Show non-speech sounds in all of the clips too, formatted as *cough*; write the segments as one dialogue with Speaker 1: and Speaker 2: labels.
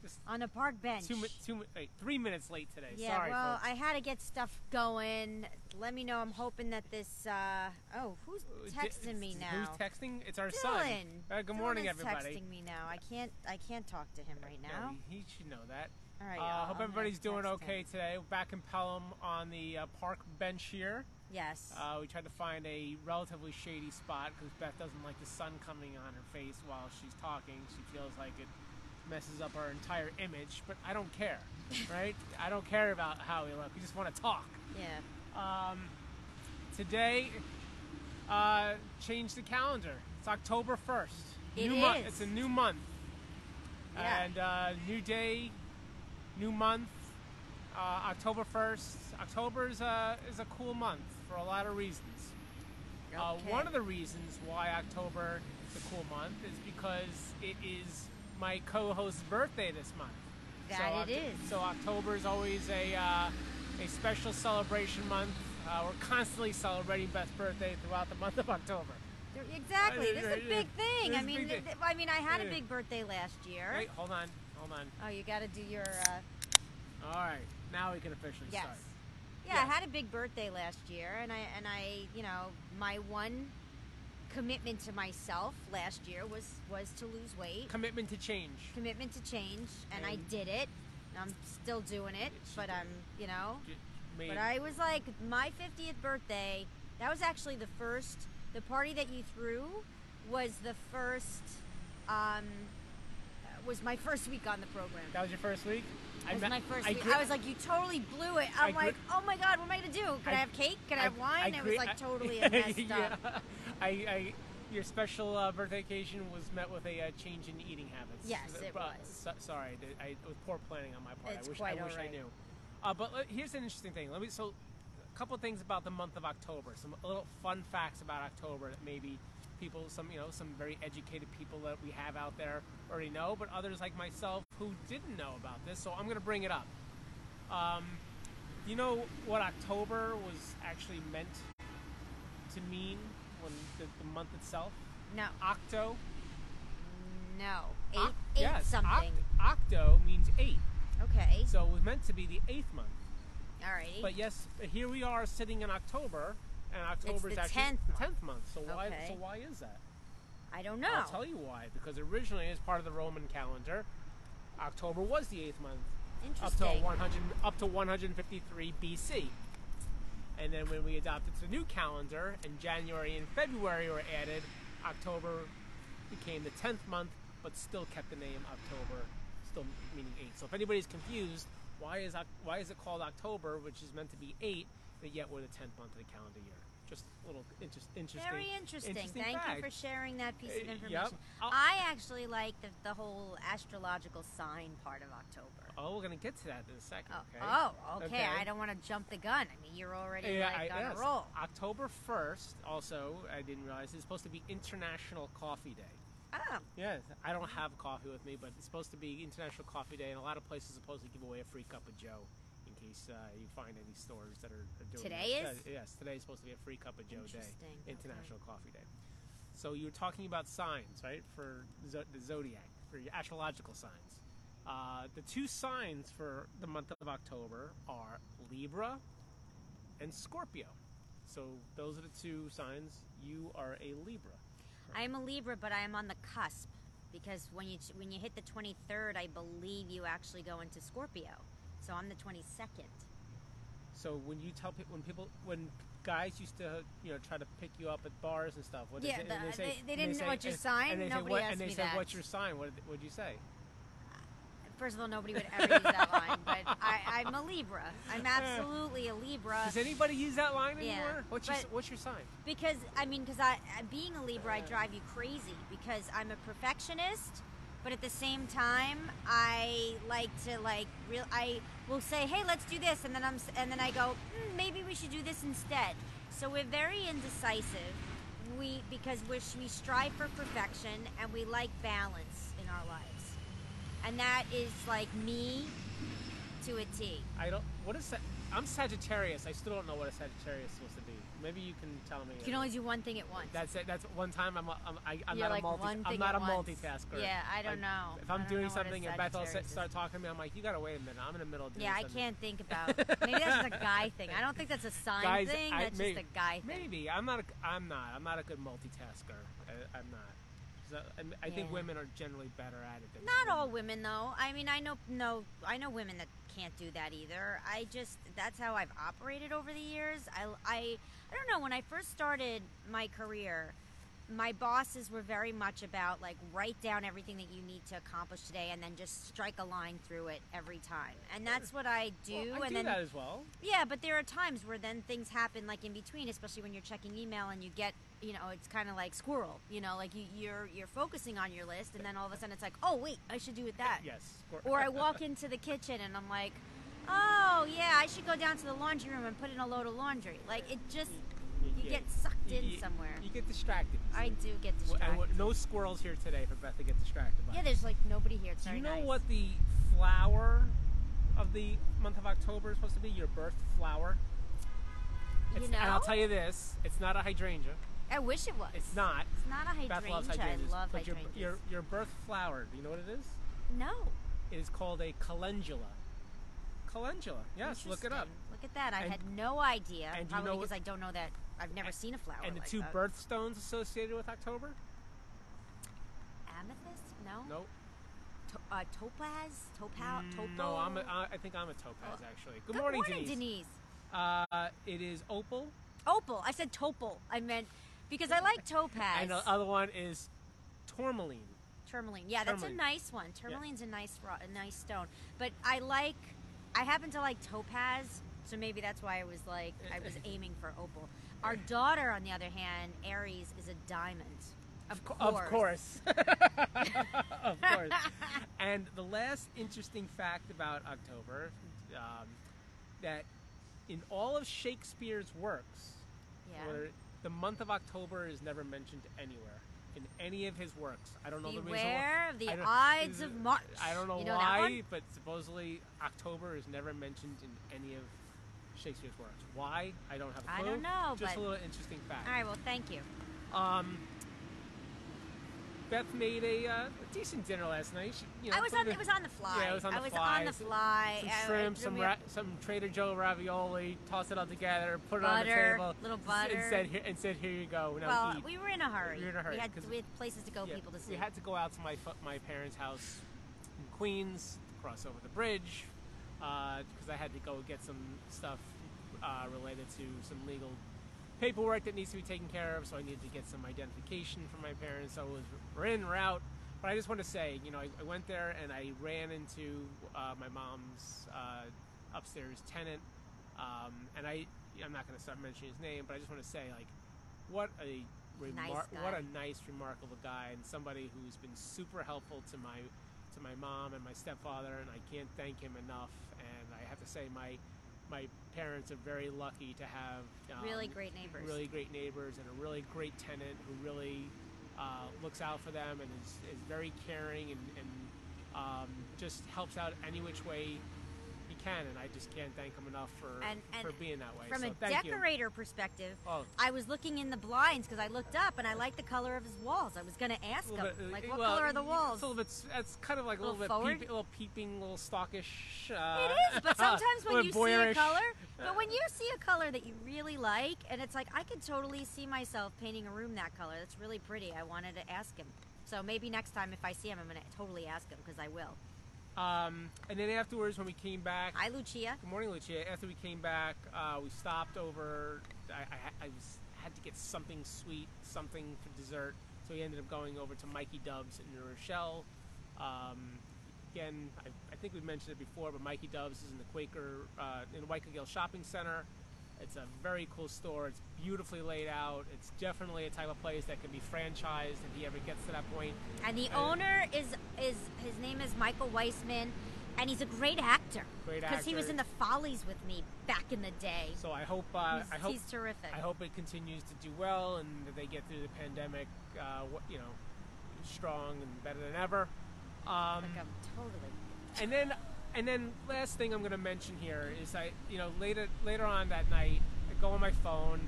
Speaker 1: Just
Speaker 2: on the park bench.
Speaker 1: Two, mi- two, mi- wait, three minutes late today.
Speaker 2: yeah,
Speaker 1: Sorry,
Speaker 2: well,
Speaker 1: folks.
Speaker 2: I had to get stuff going. Let me know. I'm hoping that this. Uh, oh, who's
Speaker 1: Uh, d-
Speaker 2: texting me
Speaker 1: d-
Speaker 2: now?
Speaker 1: Who's texting? It's our son.
Speaker 2: Dylan.
Speaker 1: Uh, good
Speaker 2: Dylan
Speaker 1: morning,
Speaker 2: is
Speaker 1: everybody.
Speaker 2: Texting me now. I can't. I can't talk to him right
Speaker 1: No,
Speaker 2: now.
Speaker 1: he he should know that.
Speaker 2: All right.
Speaker 1: Uh,
Speaker 2: I'll-
Speaker 1: hope
Speaker 2: I'm gonna
Speaker 1: everybody's doing
Speaker 2: text him.
Speaker 1: okay today. Back in Pelham on the uh, park bench here.
Speaker 2: Yes.
Speaker 1: Uh, we tried to find a relatively shady spot because Beth doesn't like the sun coming on her face while she's talking. She feels like it messes up our entire image, but I don't care, *laughs* right? I don't care about how we look. We just want to talk.
Speaker 2: yeah.
Speaker 1: Um, today, uh, change the calendar. It's October 1st.
Speaker 2: It
Speaker 1: new Month.
Speaker 2: is.
Speaker 1: It's a new month.
Speaker 2: Yeah.
Speaker 1: And uh, new day, new month, uh, October 1st. October is a, is a cool month for a lot of reasons. Uh, one of the reasons why October is a cool month is because it is my co-host's birthday this month.
Speaker 2: That
Speaker 1: so
Speaker 2: it
Speaker 1: Oct-
Speaker 2: is.
Speaker 1: So October is always a uh, a special celebration month. Uh, we're constantly celebrating Beth's birthday throughout the month of October.
Speaker 2: There- Exactly.
Speaker 1: Uh,
Speaker 2: This is a
Speaker 1: right,
Speaker 2: big
Speaker 1: yeah.
Speaker 2: thing.
Speaker 1: This
Speaker 2: I
Speaker 1: is a
Speaker 2: mean,
Speaker 1: big
Speaker 2: th-
Speaker 1: thing.
Speaker 2: I mean, I had a
Speaker 1: Yeah.
Speaker 2: big birthday last year.
Speaker 1: Wait, hold on, hold on.
Speaker 2: Oh, you got to do your. Uh,
Speaker 1: All right, now we can officially
Speaker 2: yes.
Speaker 1: start.
Speaker 2: Yeah, I
Speaker 1: Yes.
Speaker 2: had a big birthday last year, and I and I, you know, my one commitment to myself last year was was to lose weight,
Speaker 1: Commitment to change.
Speaker 2: commitment to change, and I
Speaker 1: And-
Speaker 2: did it. And I'm still doing it,
Speaker 1: Yes, you
Speaker 2: but
Speaker 1: did.
Speaker 2: I'm, you know,
Speaker 1: J- made-
Speaker 2: But I was like, my 50th birthday, that was actually the first, the party that you threw was the first, um, was my first week on the program.
Speaker 1: that was your first week.
Speaker 2: That was
Speaker 1: ma-
Speaker 2: my first
Speaker 1: I
Speaker 2: week.
Speaker 1: gri-
Speaker 2: I was like, you totally blew it. I'm
Speaker 1: I gri-
Speaker 2: like, oh my God, what am I going to do? Can I,
Speaker 1: I-
Speaker 2: have cake? Can I, have wine? it was
Speaker 1: gre-
Speaker 2: like
Speaker 1: I- *laughs*
Speaker 2: totally a messed
Speaker 1: yeah.
Speaker 2: up.
Speaker 1: I, I, your special uh, birthday occasion was met with a uh, change in eating habits.
Speaker 2: Yes,
Speaker 1: Uh,
Speaker 2: it
Speaker 1: but-
Speaker 2: was.
Speaker 1: so- sorry, th- I, it was poor planning on my part.
Speaker 2: It's
Speaker 1: I wish,
Speaker 2: quite
Speaker 1: I, wish
Speaker 2: alright.
Speaker 1: I knew. Uh, but let- here's an interesting thing. Let me so a couple things about the month of October. Some little fun facts about October that maybe people, some you know, some very educated people that we have out there already know, but others like myself who didn't know about this. So I'm going to bring it up. Um, you know what October was actually meant to mean when the, the month itself?
Speaker 2: No,
Speaker 1: Octo.
Speaker 2: no. Eight,
Speaker 1: Oc-
Speaker 2: eight
Speaker 1: yes,
Speaker 2: something.
Speaker 1: Oct- octo means eight.
Speaker 2: okay.
Speaker 1: So it was meant to be the eighth month.
Speaker 2: All right.
Speaker 1: But yes, here we are sitting in October, and October is
Speaker 2: the
Speaker 1: actually
Speaker 2: 10th
Speaker 1: the
Speaker 2: month.
Speaker 1: tenth month. So why?
Speaker 2: Okay.
Speaker 1: So why is that?
Speaker 2: I don't know.
Speaker 1: I'll tell you why. Because originally, as part of the Roman calendar, October was the eighth month up to
Speaker 2: Interesting.
Speaker 1: 100 up to 153 BC. And then when we adopted the new calendar, and January and February were added, October became the tenth month, but still kept the name October, still meaning eight. So if anybody's confused, why is Oc- why is it called October, which is meant to be eight, but yet we're the tenth month of the calendar year? Just a little interest, interesting.
Speaker 2: Very interesting.
Speaker 1: interesting
Speaker 2: Thank
Speaker 1: fact.
Speaker 2: you for sharing that piece
Speaker 1: Uh,
Speaker 2: of
Speaker 1: yep.
Speaker 2: information.
Speaker 1: I'll-
Speaker 2: I actually like the, the whole astrological sign part of October.
Speaker 1: Oh, we're gonna get to that in a second.
Speaker 2: Oh,
Speaker 1: Okay.
Speaker 2: oh, okay.
Speaker 1: Okay.
Speaker 2: I don't want to jump the gun. I mean, you're already like on
Speaker 1: yes. Ah,
Speaker 2: a roll.
Speaker 1: October 1st, also, I didn't realize, is supposed to be International Coffee Day.
Speaker 2: Oh,
Speaker 1: Yes. I don't have coffee with me, but it's supposed to be International Coffee Day, and a lot of places are supposed to give away a free cup of Joe in case uh, you find any stores that are, are doing
Speaker 2: Today
Speaker 1: that.
Speaker 2: is?
Speaker 1: Uh, yes, today is supposed to be a free cup of Joe Day,
Speaker 2: Interesting. Okay.
Speaker 1: International Coffee Day. So you were talking about signs, right, for zo- the zodiac, for your astrological signs. Uh, the two signs for the month of October are Libra and Scorpio. So those are the two signs. You are a Libra.
Speaker 2: I'm a Libra, but I am on the cusp because when you when you hit the 23rd, I believe you actually go into Scorpio. So I'm the 22nd.
Speaker 1: So when you tell people, when people, when guys used to, you know, try to pick you up at bars and stuff, what
Speaker 2: Yeah,
Speaker 1: they, say-
Speaker 2: the-
Speaker 1: and say,
Speaker 2: they- they
Speaker 1: and
Speaker 2: didn't
Speaker 1: say,
Speaker 2: know what your
Speaker 1: and-
Speaker 2: sign-
Speaker 1: And they say,
Speaker 2: nobody
Speaker 1: what,
Speaker 2: asked
Speaker 1: and they
Speaker 2: me
Speaker 1: say,
Speaker 2: that.
Speaker 1: what's your sign? What would you say?
Speaker 2: First of all, nobody would ever use that line, but
Speaker 1: *laughs*
Speaker 2: I, I'm a Libra. I'm absolutely a Libra.
Speaker 1: Does anybody use that line
Speaker 2: Uh, Yeah,
Speaker 1: anymore? what's your
Speaker 2: but-
Speaker 1: what's your sign?
Speaker 2: Because I mean, because I I- being a Libra, I drive you crazy because I'm a perfectionist, but at the same time, I like to like real. I will say, hey, let's do this, and then I'm s- and then I go, mm, maybe we should do this instead. So we're very indecisive. We because we we strive for perfection and we like balance in our lives, and that is like me to a T.
Speaker 1: I don't. What is that? I'm Sagittarius. I still don't know what a Sagittarius is supposed to be. Maybe you can tell me.
Speaker 2: You can only do one thing at once.
Speaker 1: That's it. That's one time I'm a, I'm, I, I'm
Speaker 2: You're
Speaker 1: not
Speaker 2: like
Speaker 1: a multi.
Speaker 2: one
Speaker 1: I'm
Speaker 2: thing
Speaker 1: not
Speaker 2: at
Speaker 1: a
Speaker 2: once.
Speaker 1: multitasker.
Speaker 2: Yeah, I don't
Speaker 1: Like,
Speaker 2: know.
Speaker 1: If I'm
Speaker 2: I don't know
Speaker 1: doing
Speaker 2: what a
Speaker 1: something and Bethel
Speaker 2: Sagittarius is.
Speaker 1: start talking to me, I'm like, you gotta wait a minute. I'm in the middle of doing
Speaker 2: Yeah, I
Speaker 1: something."
Speaker 2: can't think about. Maybe that's just a guy thing. I don't think
Speaker 1: *laughs*
Speaker 2: that's a sign
Speaker 1: Guys,
Speaker 2: thing.
Speaker 1: I-
Speaker 2: That's
Speaker 1: may-
Speaker 2: just a guy thing.
Speaker 1: Maybe I'm not. A, I'm not. I'm not a good multitasker. I, I'm not. So, I'm- I, I think
Speaker 2: Yeah.
Speaker 1: women are generally better at it. Than
Speaker 2: Not
Speaker 1: men.
Speaker 2: all women though. I mean, I know no, I know women that can't do that either. I just that's how I've operated over the years. I I I don't know when I first started my career, my bosses were very much about like write down everything that you need to accomplish today and then just strike a line through it every time. And that's what I do
Speaker 1: Well, I
Speaker 2: and
Speaker 1: do
Speaker 2: then
Speaker 1: that as well.
Speaker 2: Yeah, but there are times where then things happen like in between, especially when you're checking email and you get, you know, it's kind of like squirrel, you know, like you, you're you're focusing on your list and then all of a sudden it's like, oh wait, I should do it that.
Speaker 1: Yes. uh,
Speaker 2: Or I walk into the kitchen and I'm like, oh yeah, I should go down to the laundry room and put in a load of laundry. Like it just, you
Speaker 1: Yeah.
Speaker 2: get sucked
Speaker 1: You-
Speaker 2: in
Speaker 1: you-
Speaker 2: somewhere.
Speaker 1: You get distracted.
Speaker 2: I do get
Speaker 1: Well, and
Speaker 2: distracted.
Speaker 1: what- no squirrels here today for Beth to get distracted by.
Speaker 2: Yeah, there's like nobody here. It's
Speaker 1: Do
Speaker 2: very
Speaker 1: you know
Speaker 2: nice.
Speaker 1: what the flower of the month of October is supposed to be? Your birth flower.
Speaker 2: You
Speaker 1: It's, And I'll
Speaker 2: know?
Speaker 1: tell you this: it's not a hydrangea.
Speaker 2: I wish it was.
Speaker 1: It's not.
Speaker 2: It's not a hydrangea.
Speaker 1: Beth loves hydrangeas.
Speaker 2: I love
Speaker 1: but your,
Speaker 2: hydrangeas.
Speaker 1: your your birth flower. Do you know what it is?
Speaker 2: no.
Speaker 1: It is called a calendula. Calendula. Yes, look it up.
Speaker 2: Interesting. Look at that. I
Speaker 1: And-
Speaker 2: had no idea.
Speaker 1: and you
Speaker 2: probably
Speaker 1: know
Speaker 2: because
Speaker 1: what-
Speaker 2: I don't know that. I've never seen a flower.
Speaker 1: And the
Speaker 2: like
Speaker 1: two
Speaker 2: that.
Speaker 1: birthstones associated with October?
Speaker 2: Amethyst? No.
Speaker 1: No.
Speaker 2: To- uh, topaz? Topa- topo?
Speaker 1: Mm, No, I'm a, uh, I I think I'm a topaz
Speaker 2: Mm, Oh.
Speaker 1: actually. Good,
Speaker 2: Good morning,
Speaker 1: Denise.
Speaker 2: Denise.
Speaker 1: Uh, it is opal,
Speaker 2: Opal. I said topal. I meant because I like topaz.
Speaker 1: and uh, the other one is tourmaline.
Speaker 2: Tourmaline. Yeah, that's
Speaker 1: Tourmaline.
Speaker 2: a nice one. Tourmaline's a nice ro- a nice stone. But I like I happen to like topaz, so maybe that's why I was like I
Speaker 1: *laughs*
Speaker 2: was aiming for opal. Our daughter on the other hand, Aries is a diamond. Of course.
Speaker 1: Of course. *laughs* of course. And the last interesting fact about October um, that in all of Shakespeare's works,
Speaker 2: Yeah.
Speaker 1: where the month of October is never mentioned anywhere in any of his works. I don't know the reason why.
Speaker 2: Beware of the
Speaker 1: I don't-
Speaker 2: Ides of March.
Speaker 1: I don't know,
Speaker 2: You know that
Speaker 1: why,
Speaker 2: one?
Speaker 1: but supposedly October is never mentioned in any of Shakespeare's works. Why? I don't have a
Speaker 2: I
Speaker 1: clue.
Speaker 2: don't know,
Speaker 1: Just
Speaker 2: but-
Speaker 1: a little interesting fact.
Speaker 2: All right, well, thank you.
Speaker 1: Um, Beth made a, uh, a decent dinner last night. She, you know,
Speaker 2: I was
Speaker 1: put
Speaker 2: on.
Speaker 1: the-
Speaker 2: It was on the fly.
Speaker 1: Yeah, it was on the
Speaker 2: I was
Speaker 1: fly.
Speaker 2: on the uh, fly.
Speaker 1: Some
Speaker 2: I- I-
Speaker 1: shrimp, some
Speaker 2: we-
Speaker 1: ra- some Trader Joe ravioli. Toss it all together, put it on
Speaker 2: Butter,
Speaker 1: the table.
Speaker 2: little
Speaker 1: s-
Speaker 2: butter.
Speaker 1: And said, here, and said, here you go. Now
Speaker 2: Well,
Speaker 1: eat.
Speaker 2: we were in a hurry.
Speaker 1: We were in a hurry,
Speaker 2: had,
Speaker 1: 'cause
Speaker 2: we had places to go,
Speaker 1: Yeah,
Speaker 2: people to see.
Speaker 1: We had to go out to my fo- my parents' house in Queens, cross over the bridge, because I had to go get some stuff uh, related to some legal paperwork that needs to be taken care of. So I needed to get some identification from my parents. So it was we're in we're out. But I just want to say, you know, I, I went there and I ran into uh, my mom's uh, upstairs tenant, um, and I I'm not going to start mentioning his name, but I just want to say like. What a remar-
Speaker 2: guy.
Speaker 1: what a nice, remarkable guy, and somebody who's been super helpful to my to my mom and my stepfather, and I can't thank him enough. And I have to say, my my parents are very lucky to have um,
Speaker 2: Really great neighbors.
Speaker 1: really great neighbors, and a really great tenant who really uh, looks out for them and is, is very caring and, and um, just helps out any which way he can. And I just can't thank him enough for
Speaker 2: And- and
Speaker 1: for being that way.
Speaker 2: From
Speaker 1: so
Speaker 2: a
Speaker 1: thank you.
Speaker 2: decorator perspective,
Speaker 1: Oh.
Speaker 2: I was looking in the blinds because I looked up and I liked the color of his walls. I was going to ask him,
Speaker 1: little bit, uh,
Speaker 2: like, what
Speaker 1: well,
Speaker 2: color are the
Speaker 1: it's
Speaker 2: walls?
Speaker 1: a little bit. That's kind of like a
Speaker 2: Little
Speaker 1: little, bit
Speaker 2: forward?
Speaker 1: peeping, little peeping, little stockish. Uh,
Speaker 2: It
Speaker 1: *laughs*
Speaker 2: is, but sometimes
Speaker 1: little
Speaker 2: when you
Speaker 1: voyeurish.
Speaker 2: see a color, but when you see a color that you really like, and it's like I could totally see myself painting a room that color. That's really pretty. I wanted to ask him. So maybe next time if I see him, I'm gonna totally ask him because I will.
Speaker 1: Um, and then afterwards, when we came back,
Speaker 2: Hi, Lucia.
Speaker 1: good morning, Lucia. After we came back, uh, we stopped over. I, I, ha- I was, had to get something sweet, something for dessert. So we ended up going over to Mikey Dubs in New Rochelle. Um, again, I, I think we mentioned it before, but Mikey Dubs is in the Quaker uh, in Waikiki Shopping Center. It's a very cool store. It's beautifully laid out. It's definitely a type of place that can be franchised if he ever gets to that point.
Speaker 2: And the owner is is his name is Michael Weissman, and he's a great actor.
Speaker 1: Great
Speaker 2: Because he was
Speaker 1: actor.
Speaker 2: in the Follies with me back in the day.
Speaker 1: So I hope uh,
Speaker 2: he's,
Speaker 1: I hope
Speaker 2: he's terrific.
Speaker 1: I hope it continues to do well and that they get through the pandemic, uh, wh- you know, strong and better than ever. Um,
Speaker 2: Like, I'm totally.
Speaker 1: and then, and then, last thing I'm going to mention here is I, you know, later later on that night, I go on my phone,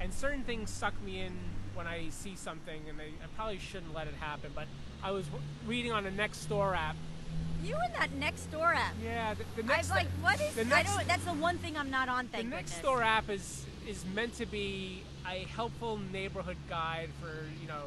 Speaker 1: and certain things suck me in when I see something, and I, I probably shouldn't let it happen. But I was w- reading on the Nextdoor app.
Speaker 2: You and that next door app.
Speaker 1: Yeah, the, the
Speaker 2: I was
Speaker 1: next
Speaker 2: like, what is?
Speaker 1: the next-
Speaker 2: I don't. That's the one thing I'm not on. Thank
Speaker 1: the next
Speaker 2: goodness.
Speaker 1: door app is is meant to be a helpful neighborhood guide for you know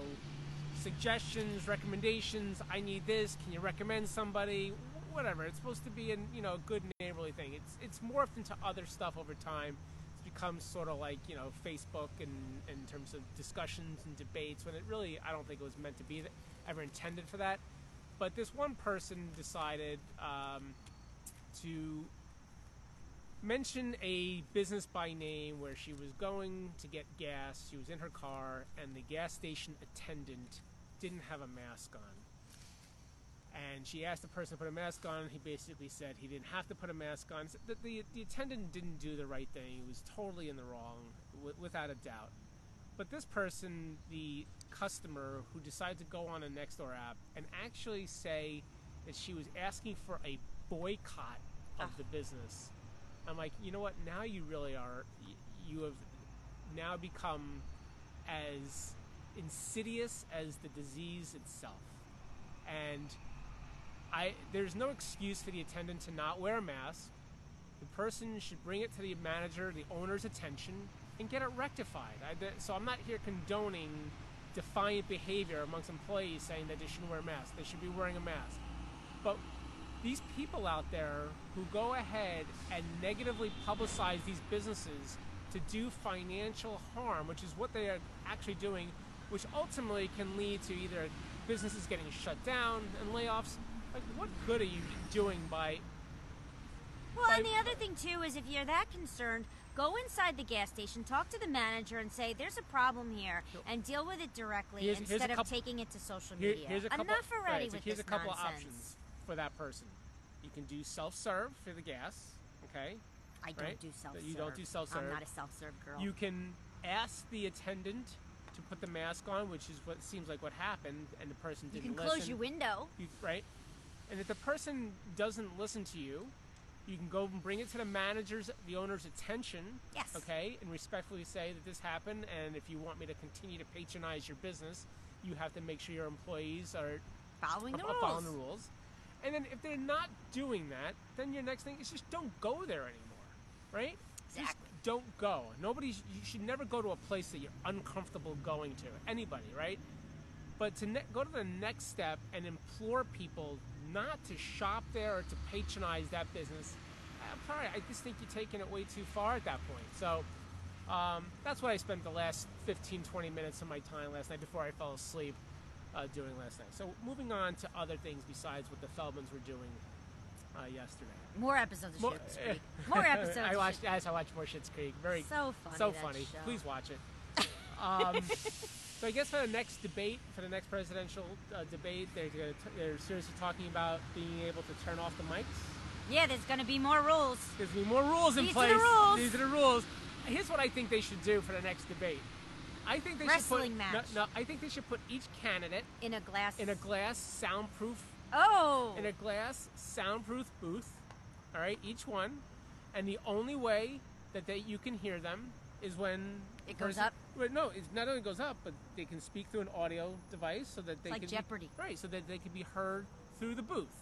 Speaker 1: suggestions, recommendations. I need this. Can you recommend somebody? Whatever. It's supposed to be an you know a good neighborly thing. It's it's morphed into other stuff over time. It's become sort of like you know Facebook and in terms of discussions and debates. When it really, I don't think it was meant to be that, ever intended for that. But this one person decided um, to mention a business by name where she was going to get gas. She was in her car, and the gas station attendant didn't have a mask on. And she asked the person to put a mask on. He basically said he didn't have to put a mask on. So The, the, the attendant didn't do the right thing. He was totally in the wrong, w- without a doubt. But this person, the customer who decided to go on a Nextdoor app and actually say that she was asking for a boycott of the business, I'm like, you know what? Now you really are. y- You have now become as insidious as the disease itself, and I there's no excuse for the attendant to not wear a mask. The person should bring it to the manager, the owner's attention, and get it rectified. I, th- so I'm not here condoning defiant behavior amongst employees saying that they shouldn't wear masks. They should be wearing a mask. But these people out there who go ahead and negatively publicize these businesses to do financial harm, which is what they are actually doing, which ultimately can lead to either businesses getting shut down and layoffs. Like, what good are you doing by
Speaker 2: Well, and
Speaker 1: By-
Speaker 2: the other thing too is if you're that concerned, go inside the gas station, talk to the manager, and say there's a problem here, and deal with it directly
Speaker 1: Here's- here's a
Speaker 2: instead of
Speaker 1: couple-
Speaker 2: taking it to social
Speaker 1: Here-
Speaker 2: media.
Speaker 1: here's a couple,
Speaker 2: Enough already
Speaker 1: right, so
Speaker 2: with
Speaker 1: here's
Speaker 2: this
Speaker 1: a couple
Speaker 2: nonsense.
Speaker 1: of options for that person. You can do self-serve for the gas, okay?
Speaker 2: I don't
Speaker 1: right?
Speaker 2: do self serve.
Speaker 1: You don't do
Speaker 2: I'm
Speaker 1: self-serve.
Speaker 2: not a self serve girl.
Speaker 1: You can ask the attendant to put the mask on, which is what seems like what happened, and the person
Speaker 2: You
Speaker 1: didn't
Speaker 2: can
Speaker 1: listen.
Speaker 2: close your window.
Speaker 1: You- right? And if the person doesn't listen to you, you can go and bring it to the manager's, the owner's attention.
Speaker 2: Yes.
Speaker 1: Okay, and respectfully say that this happened, and if you want me to continue to patronize your business, you have to make sure your employees are
Speaker 2: Following the
Speaker 1: up- up
Speaker 2: rules.
Speaker 1: *laughs* following the rules. And then if they're not doing that, then your next thing is just don't go there anymore, right?
Speaker 2: Exactly.
Speaker 1: Just don't go. Nobody, sh- you should never go to a place that you're uncomfortable going to. Anybody, right? But to ne- go to the next step and implore people not to shop there or to patronize that business, I'm sorry, I just think you're taking it way too far at that point. So um, that's what I spent the last 15, 20 minutes of my time last night before I fell asleep uh, doing last night. So moving on to other things besides what the Feldmans were doing uh, yesterday.
Speaker 2: More episodes of
Speaker 1: More-
Speaker 2: Shit's Creek.
Speaker 1: *laughs*
Speaker 2: More episodes.
Speaker 1: I
Speaker 2: of
Speaker 1: watched
Speaker 2: Shit's-
Speaker 1: as I watched more Shit's Creek. Very
Speaker 2: So funny,
Speaker 1: So
Speaker 2: that
Speaker 1: funny.
Speaker 2: show.
Speaker 1: Please watch
Speaker 2: *laughs*
Speaker 1: it. Um, so I guess for the next debate, for the next presidential uh, debate, they're gonna t- they're seriously talking about being able to turn off the mics.
Speaker 2: Yeah, there's going to be more rules.
Speaker 1: There's gonna be more rules in
Speaker 2: These are
Speaker 1: place.
Speaker 2: the rules.
Speaker 1: These are the rules. Here's what I think they should do for the next debate. I think they should
Speaker 2: Wrestling
Speaker 1: put
Speaker 2: match.
Speaker 1: No, no, I think they should put each candidate
Speaker 2: In a glass.
Speaker 1: in a glass soundproof
Speaker 2: Oh.
Speaker 1: in a glass soundproof booth. All right, each one, and the only way that they, you can hear them is when the
Speaker 2: It goes up?
Speaker 1: Well, no, it not only goes up, but they can speak through an audio device so that they
Speaker 2: like
Speaker 1: can
Speaker 2: Jeopardy.
Speaker 1: be, right? So that they can be heard through the booth,